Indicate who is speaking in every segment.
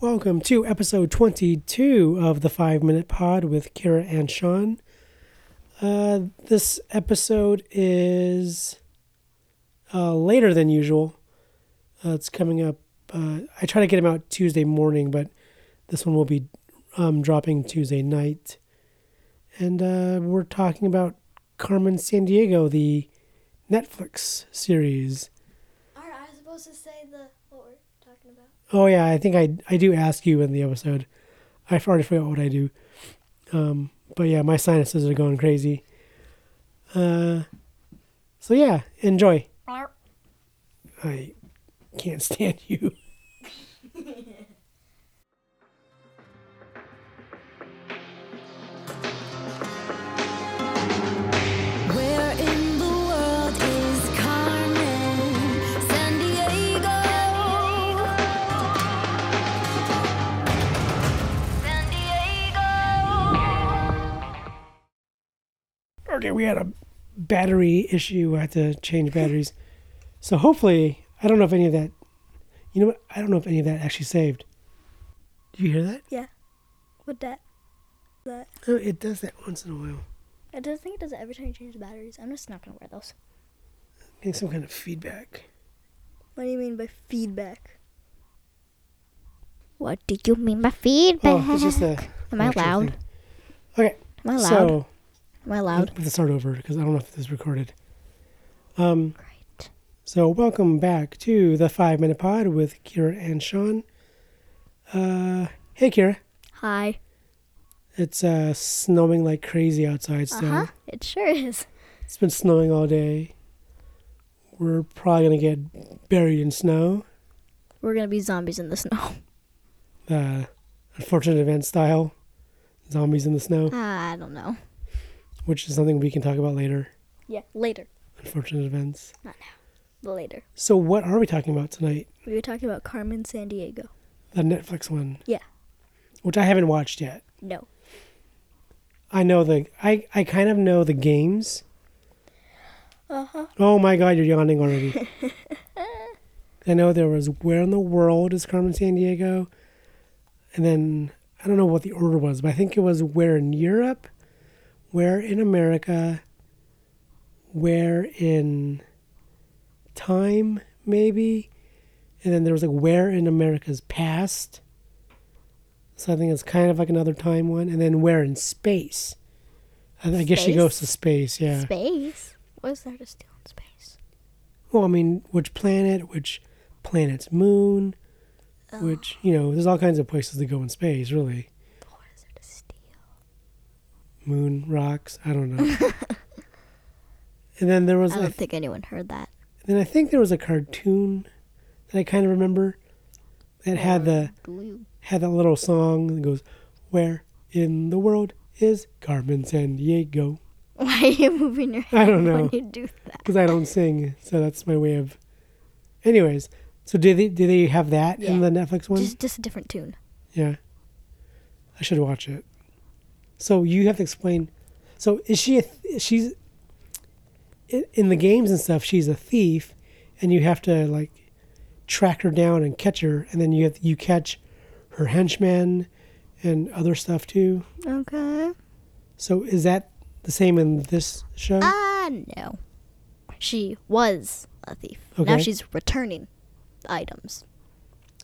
Speaker 1: Welcome to episode 22 of the Five Minute Pod with Kira and Sean. Uh, this episode is uh, later than usual. Uh, it's coming up. Uh, I try to get them out Tuesday morning, but this one will be um, dropping Tuesday night. And uh, we're talking about Carmen San Diego, the Netflix series.
Speaker 2: Aren't I supposed to say the what we're talking about?
Speaker 1: Oh yeah, I think I I do ask you in the episode. I already forgot what I do. Um, but yeah, my sinuses are going crazy. Uh, so yeah, enjoy. I can't stand you.
Speaker 3: Where in the world is Carmen San Diego? San Diego.
Speaker 1: Okay, we had a battery issue. I had to change batteries. so hopefully, I don't know if any of that. You know what? I don't know if any of that actually saved. Do you hear that?
Speaker 2: Yeah. With that. That.
Speaker 1: Oh, it does that once in a while.
Speaker 2: I don't think it does it every time you change the batteries. I'm just not gonna wear those.
Speaker 1: Getting some kind of feedback.
Speaker 2: What do you mean by feedback? What do you mean by
Speaker 1: Oh,
Speaker 2: feedback?
Speaker 1: it's just a.
Speaker 2: Am I
Speaker 1: electric
Speaker 2: loud?
Speaker 1: thing. Okay.
Speaker 2: Am I loud?
Speaker 1: So
Speaker 2: Am I
Speaker 1: we
Speaker 2: loud?
Speaker 1: have to start over because I don't know if this is recorded. Um,
Speaker 2: Great.
Speaker 1: so welcome back to the Five Minute Pod with Kira and Sean. Uh, hey Kira,
Speaker 2: Hi.
Speaker 1: it's uh, snowing like crazy outside. So
Speaker 2: Uh huh. It sure is.
Speaker 1: it's been snowing all day. We're probably gonna get buried in snow,
Speaker 2: We're gonna be zombies in the snow.
Speaker 1: uh, unfortunate event style, zombies in the snow,
Speaker 2: I don't know.
Speaker 1: which is something we can talk about later.
Speaker 2: Yeah. Later.
Speaker 1: Unfortunate events.
Speaker 2: Not now. Later.
Speaker 1: So what are we talking about tonight?
Speaker 2: We were talking about Carmen San Diego.
Speaker 1: The Netflix one.
Speaker 2: Yeah.
Speaker 1: Which I haven't watched yet.
Speaker 2: No.
Speaker 1: I know the I, I kind of know the games.
Speaker 2: Uh huh.
Speaker 1: Oh my god, you're yawning already. I know there was Where in the World is Carmen San Diego? And then I don't know what the order was, but I think it was Where in Europe, Where in America, Where in Time, maybe. And then there was like Where in America's Past. So I think it's kind of like another time one. And then Where in Space. I, I guess she
Speaker 2: Space?
Speaker 1: goes to space, yeah.
Speaker 2: Space. What is there to steal in space?
Speaker 1: Well, I mean, which planet, which planet's moon, which, you know, there's all kinds of places to go in space, really.
Speaker 2: What is there to steal?
Speaker 1: Moon, rocks, I don't know. and then there was,
Speaker 2: I
Speaker 1: a,
Speaker 2: don't think anyone heard that.
Speaker 1: then I think there was a cartoon that I kind of remember that had the,
Speaker 2: Uh-huh.
Speaker 1: had that little song that goes, Where in the world is Carmen San Diego?
Speaker 2: Why are you moving your head
Speaker 1: I don't know.
Speaker 2: when you do that?
Speaker 1: because I don't sing, so that's my way of. Anyways, so did they did they have that in the
Speaker 2: Yeah.
Speaker 1: Netflix one?
Speaker 2: Just, just a different tune.
Speaker 1: Yeah. I should watch it. So you have to explain. So is she a th- she's i- in the games and stuff, she's a thief and you have to like track her down and catch her and then you have you catch her henchmen and other stuff too.
Speaker 2: Okay.
Speaker 1: So is that the same in this show?
Speaker 2: Ah, no. She was a thief. Now
Speaker 1: Okay.
Speaker 2: she's returning items.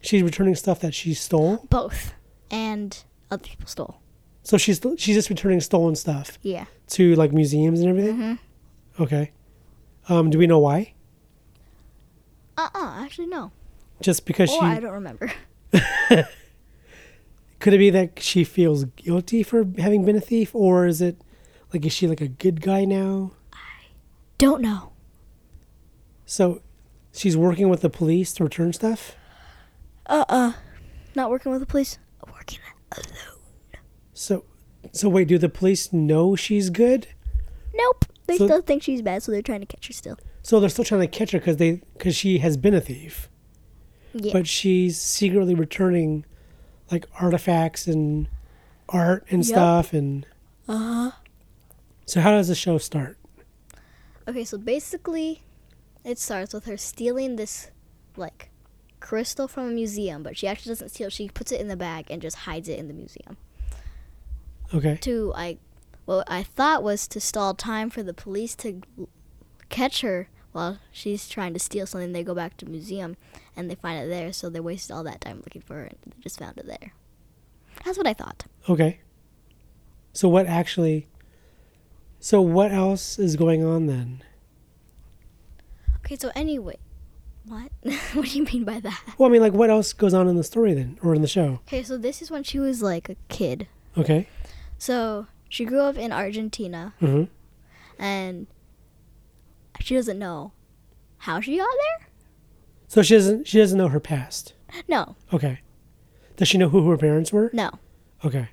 Speaker 1: she's returning stuff that she stole.
Speaker 2: Both. And other people stole.
Speaker 1: So she's she's just returning stolen stuff
Speaker 2: Yeah.
Speaker 1: to like museums and everything.
Speaker 2: Mm-hmm.
Speaker 1: Okay. Um, do we know why?
Speaker 2: Uh uh actually, no.
Speaker 1: Just because
Speaker 2: Or
Speaker 1: she
Speaker 2: Oh, I don't remember.
Speaker 1: Could it be that she feels guilty for having been a thief, or is it like is she like a good guy now?
Speaker 2: Don't know.
Speaker 1: So she's working with the police to return stuff.
Speaker 2: Uh uh Not working with the police? Working alone.
Speaker 1: So, so wait, do the police know she's good?
Speaker 2: Nope. They
Speaker 1: So-
Speaker 2: still think she's bad, so they're trying to catch her still.
Speaker 1: So they're still trying to catch her because they because she has been a thief,
Speaker 2: Yeah.
Speaker 1: but she's secretly returning like artifacts and art and
Speaker 2: Yep. Uh-huh.
Speaker 1: stuff and. Uh huh. So how does the show start?
Speaker 2: Okay, so basically, it starts with her stealing this, like, crystal from a museum, but she actually doesn't steal. it. She puts it in the bag and just hides it in the museum.
Speaker 1: Okay.
Speaker 2: To I, what I thought was to stall time for the police to l- catch her while she's trying to steal something. They go back to the museum and they find it there, so they wasted all that time looking for her and they just found it there. That's what I thought.
Speaker 1: Okay. So what actually? So what else is going on then?
Speaker 2: Okay, so anyway, what? what do you mean by that?
Speaker 1: Well, I mean, like, what else goes on in the story then, or in the show?
Speaker 2: Okay, so this is when she was like a kid.
Speaker 1: Okay.
Speaker 2: So she grew up in Argentina
Speaker 1: hmm
Speaker 2: and she doesn't know how she got there?
Speaker 1: So she doesn't. She doesn't know her past.
Speaker 2: No,
Speaker 1: Okay. Does she know who her parents were?
Speaker 2: no.
Speaker 1: Okay.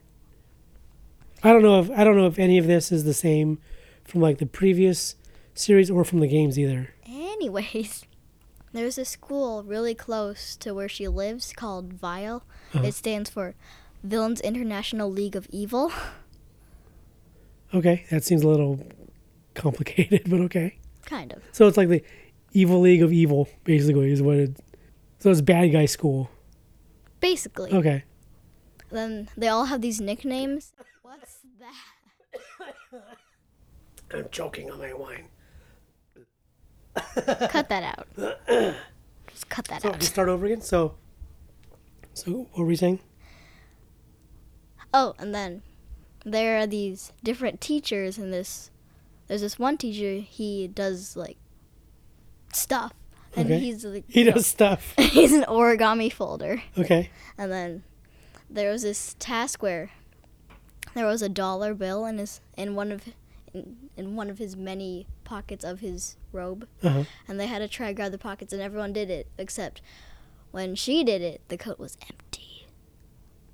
Speaker 1: I don't know if I don't know if any of this is the same from like the previous series or from the games either.
Speaker 2: Anyways, there's a school really close to where she lives called Vile.
Speaker 1: Uh-huh.
Speaker 2: It stands for Villains International League of Evil.
Speaker 1: Okay, that seems a little complicated, but okay.
Speaker 2: kind of.
Speaker 1: So it's like the evil league of evil, basically, is what it. So it's bad guy school.
Speaker 2: Basically.
Speaker 1: Okay.
Speaker 2: Then they all have these nicknames. What's that?
Speaker 1: I'm choking on my wine.
Speaker 2: cut that out. Just cut that
Speaker 1: So
Speaker 2: out.
Speaker 1: we start over again. So. So what were we saying?
Speaker 2: Oh, and then there are these different teachers in this. There's this one teacher. He does like stuff, and
Speaker 1: Okay.
Speaker 2: he's like,
Speaker 1: He does stuff.
Speaker 2: he's an origami folder.
Speaker 1: Okay.
Speaker 2: And then there was this task where there was a dollar bill in his in one of in, in one of his many pockets of his robe,
Speaker 1: Uh-huh.
Speaker 2: and they had to try to grab the pockets, and everyone did it except when she did it, the coat was empty.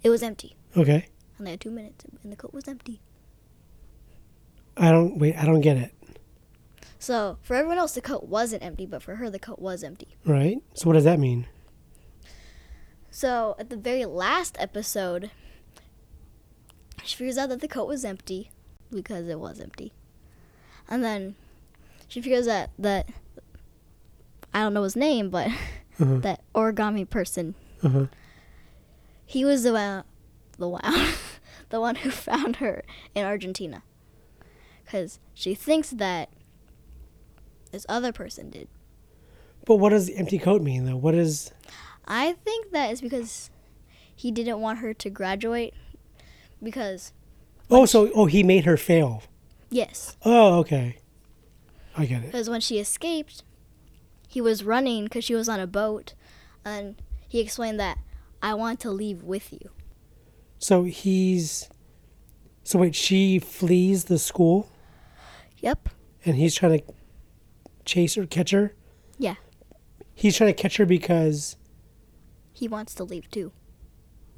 Speaker 2: It was empty,
Speaker 1: Okay.
Speaker 2: and they had two minutes, and the coat was empty.
Speaker 1: I don't wait. I don't get it.
Speaker 2: So for everyone else, the coat wasn't empty, but for her, the coat was empty.
Speaker 1: Right. So what does that mean?
Speaker 2: So at the very last episode, she figures out that the coat was empty because it was empty, and then she figures out that I don't know his name, but
Speaker 1: Uh-huh.
Speaker 2: that origami person,
Speaker 1: Uh huh.
Speaker 2: he was the one, the wow, the one who found her in Argentina, because she thinks that this other person did.
Speaker 1: But what does empty coat mean though? What is
Speaker 2: I think that is because he didn't want her to graduate because
Speaker 1: Oh, so oh he made her fail.
Speaker 2: yes,
Speaker 1: Oh, okay. I get it.
Speaker 2: because when she escaped, he was running because she was on a boat, and he explained that I want to leave with you.
Speaker 1: So he's So wait, she flees the school
Speaker 2: Yep.
Speaker 1: and he's trying to chase her, catch her.
Speaker 2: Yeah,
Speaker 1: He's trying to catch her because
Speaker 2: he wants to leave too.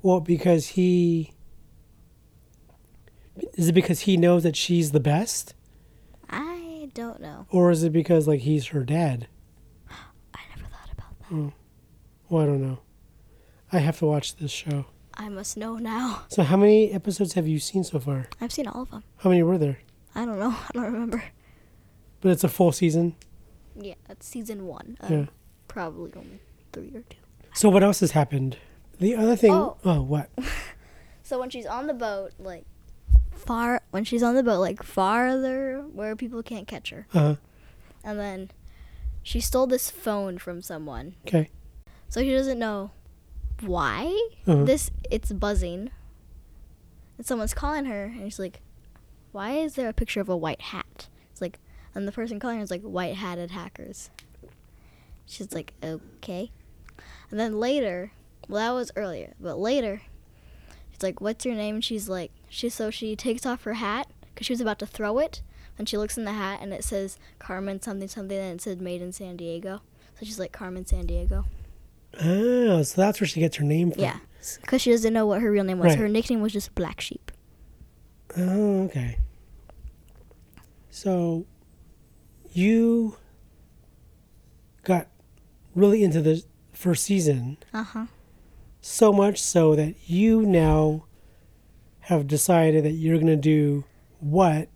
Speaker 1: well, because he is it because he knows that she's the best
Speaker 2: I don't know.
Speaker 1: or is it because like he's her dad?
Speaker 2: I never thought about that.
Speaker 1: Well, I don't know. I have to watch this show.
Speaker 2: I must know now.
Speaker 1: So how many episodes have you seen so far?
Speaker 2: I've seen all of them.
Speaker 1: How many were there?
Speaker 2: I don't know. I don't remember.
Speaker 1: But it's a full season.
Speaker 2: Yeah, that's season one. Um,
Speaker 1: Yeah.
Speaker 2: Probably only three or two.
Speaker 1: So what else has happened? The other thing. Oh,
Speaker 2: Oh.
Speaker 1: what?
Speaker 2: So when she's on the boat, like far when she's on the boat, like farther where people can't catch her,
Speaker 1: Uh,
Speaker 2: and then she stole this phone from someone,
Speaker 1: okay.
Speaker 2: so she doesn't know why
Speaker 1: Uh-huh.
Speaker 2: this it's buzzing, and someone's calling her, and she's like, "Why is there a picture of a white hat?" It's like, and the person calling her is like, "White hatted hackers." She's like, "Okay," and then later, well, that was earlier, but later She's like, "What's your name?" And she's like, "She." So she takes off her hat because she was about to throw it, and she looks in the hat and it says Carmen something something, and it said Made in San Diego. So she's like Carmen San Diego.
Speaker 1: Oh, so that's where she gets her name from.
Speaker 2: Yeah, because she doesn't know what her real name was.
Speaker 1: Right.
Speaker 2: Her nickname was just Black Sheep.
Speaker 1: Oh, okay. So, you got really into the first season
Speaker 2: Uh huh.
Speaker 1: so much so that you now have decided that you're going to do what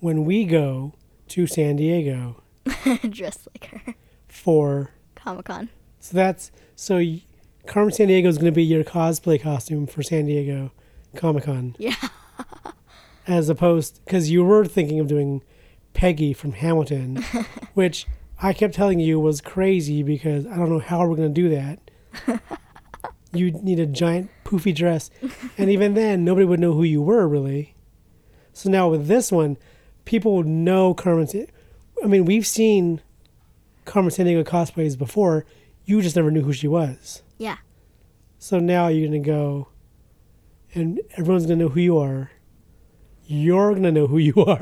Speaker 1: when we go to San Diego
Speaker 2: Dressed like her.
Speaker 1: for
Speaker 2: Comic Con.
Speaker 1: So that's so y- Carmen San Diego is going to be your cosplay costume for San Diego Comic Con.
Speaker 2: Yeah.
Speaker 1: As opposed, because you were thinking of doing Peggy from Hamilton, which I kept telling you was crazy because I don't know how we're going to do that. you need a giant poofy dress, and even then, nobody would know who you were really. So now with this one, people would know Carmen. San- I mean, we've seen Carmen San Diego cosplays before. You just never knew who she was.
Speaker 2: Yeah.
Speaker 1: So now you're gonna go, and everyone's gonna know who you are. You're gonna know who you are.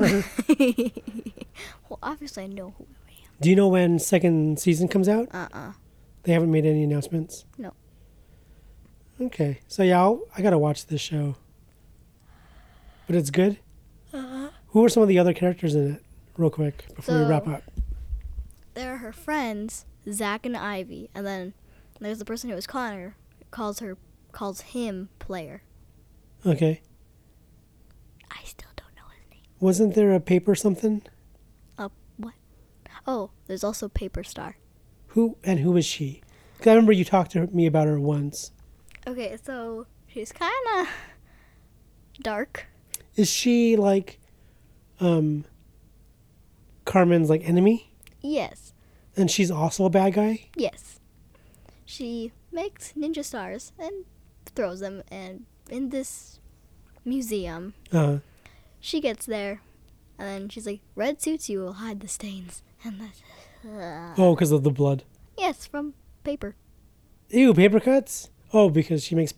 Speaker 2: Well, obviously I know who I am.
Speaker 1: Do you know when second season comes out?
Speaker 2: Uh-uh.
Speaker 1: They haven't made any announcements.
Speaker 2: No.
Speaker 1: Okay, so yeah, I'll, I gotta watch this show. But it's good.
Speaker 2: Uh-huh.
Speaker 1: Who are some of the other characters in it, real quick, before we wrap
Speaker 2: So-
Speaker 1: up?
Speaker 2: There are her friends, Zach and Ivy, and then there's the person who was calling her, calls her, calls him player.
Speaker 1: Okay,
Speaker 2: I still don't know his name.
Speaker 1: wasn't there a paper something?
Speaker 2: Uh, what? Oh, there's also Paper Star.
Speaker 1: Who and who is she? 'Cause I remember you talked to me about her once.
Speaker 2: Okay, so she's kind of dark.
Speaker 1: Is she like, um, Carmen's like enemy,
Speaker 2: Yes,
Speaker 1: and she's also a bad guy?
Speaker 2: yes. She makes ninja stars and throws them, and in this museum,
Speaker 1: Uh,
Speaker 2: she gets there, and then she's like, "Red suits you will hide the stains," and that's uh,
Speaker 1: oh, because of the blood.
Speaker 2: yes from paper.
Speaker 1: Ew, paper cuts. Oh, because she makes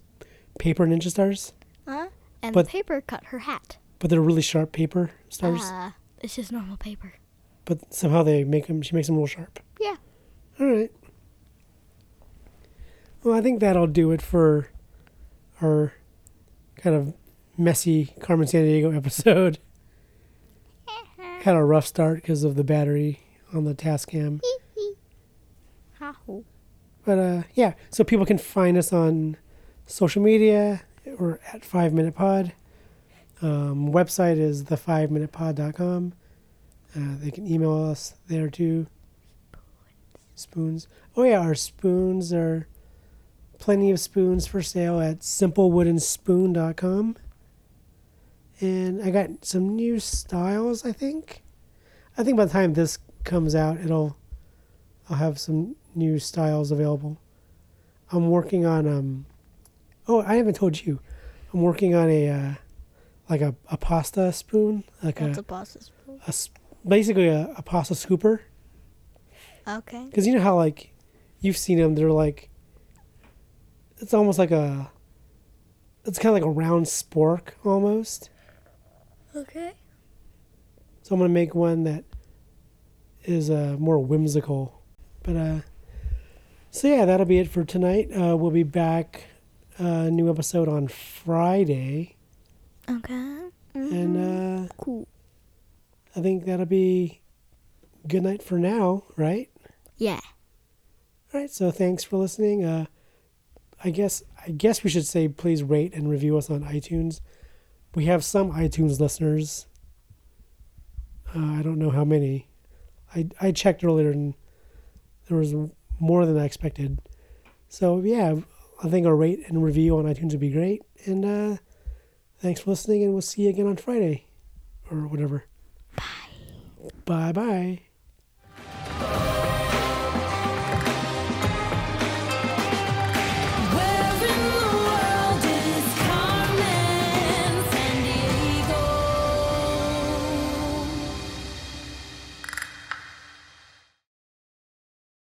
Speaker 1: paper ninja stars,
Speaker 2: Huh? And
Speaker 1: But-
Speaker 2: the paper cut her hat.
Speaker 1: but they're really sharp paper stars.
Speaker 2: Uh, it's just normal paper.
Speaker 1: But somehow they make them. She makes them real sharp.
Speaker 2: Yeah.
Speaker 1: All right. Well, I think that'll do it for our kind of messy Carmen San Diego episode. Had a rough start because of the battery on the Tascam.
Speaker 2: Ha ho.
Speaker 1: But uh, yeah, so people can find us on social media. We're at Five Minute Pod. Um, website is thefiveminutepod.com. Uh, they can email us there too. Spoons. Oh yeah, our spoons are plenty of spoons for sale at simplewoodenspoon.com. And I got some new styles. I think. I think by the time this comes out, it'll I'll have some new styles available. I'm working on um oh I haven't told you. I'm working on a uh, like a, a pasta spoon, like
Speaker 2: That's
Speaker 1: a,
Speaker 2: a boss's rule.
Speaker 1: a s- basically a, a pasta scooper.
Speaker 2: Okay.
Speaker 1: Because you know how like you've seen them, they're like it's almost like a it's kind of like a round spork almost.
Speaker 2: Okay.
Speaker 1: So I'm gonna make one that is uh, more whimsical. But uh, so yeah, that'll be it for tonight. Uh, we'll be back uh, new episode on Friday,
Speaker 2: Okay.
Speaker 1: and uh,
Speaker 2: Cool.
Speaker 1: I think that'll be good night for now, right?
Speaker 2: Yeah.
Speaker 1: All right. So thanks for listening. Uh, I guess I guess we should say please rate and review us on iTunes. We have some iTunes listeners. Uh, I don't know how many. I I checked earlier and there was more than I expected. So yeah, I think a rate and review on iTunes would be great. And uh, thanks for listening, and we'll see you again on Friday, or whatever. Bye. Bye bye.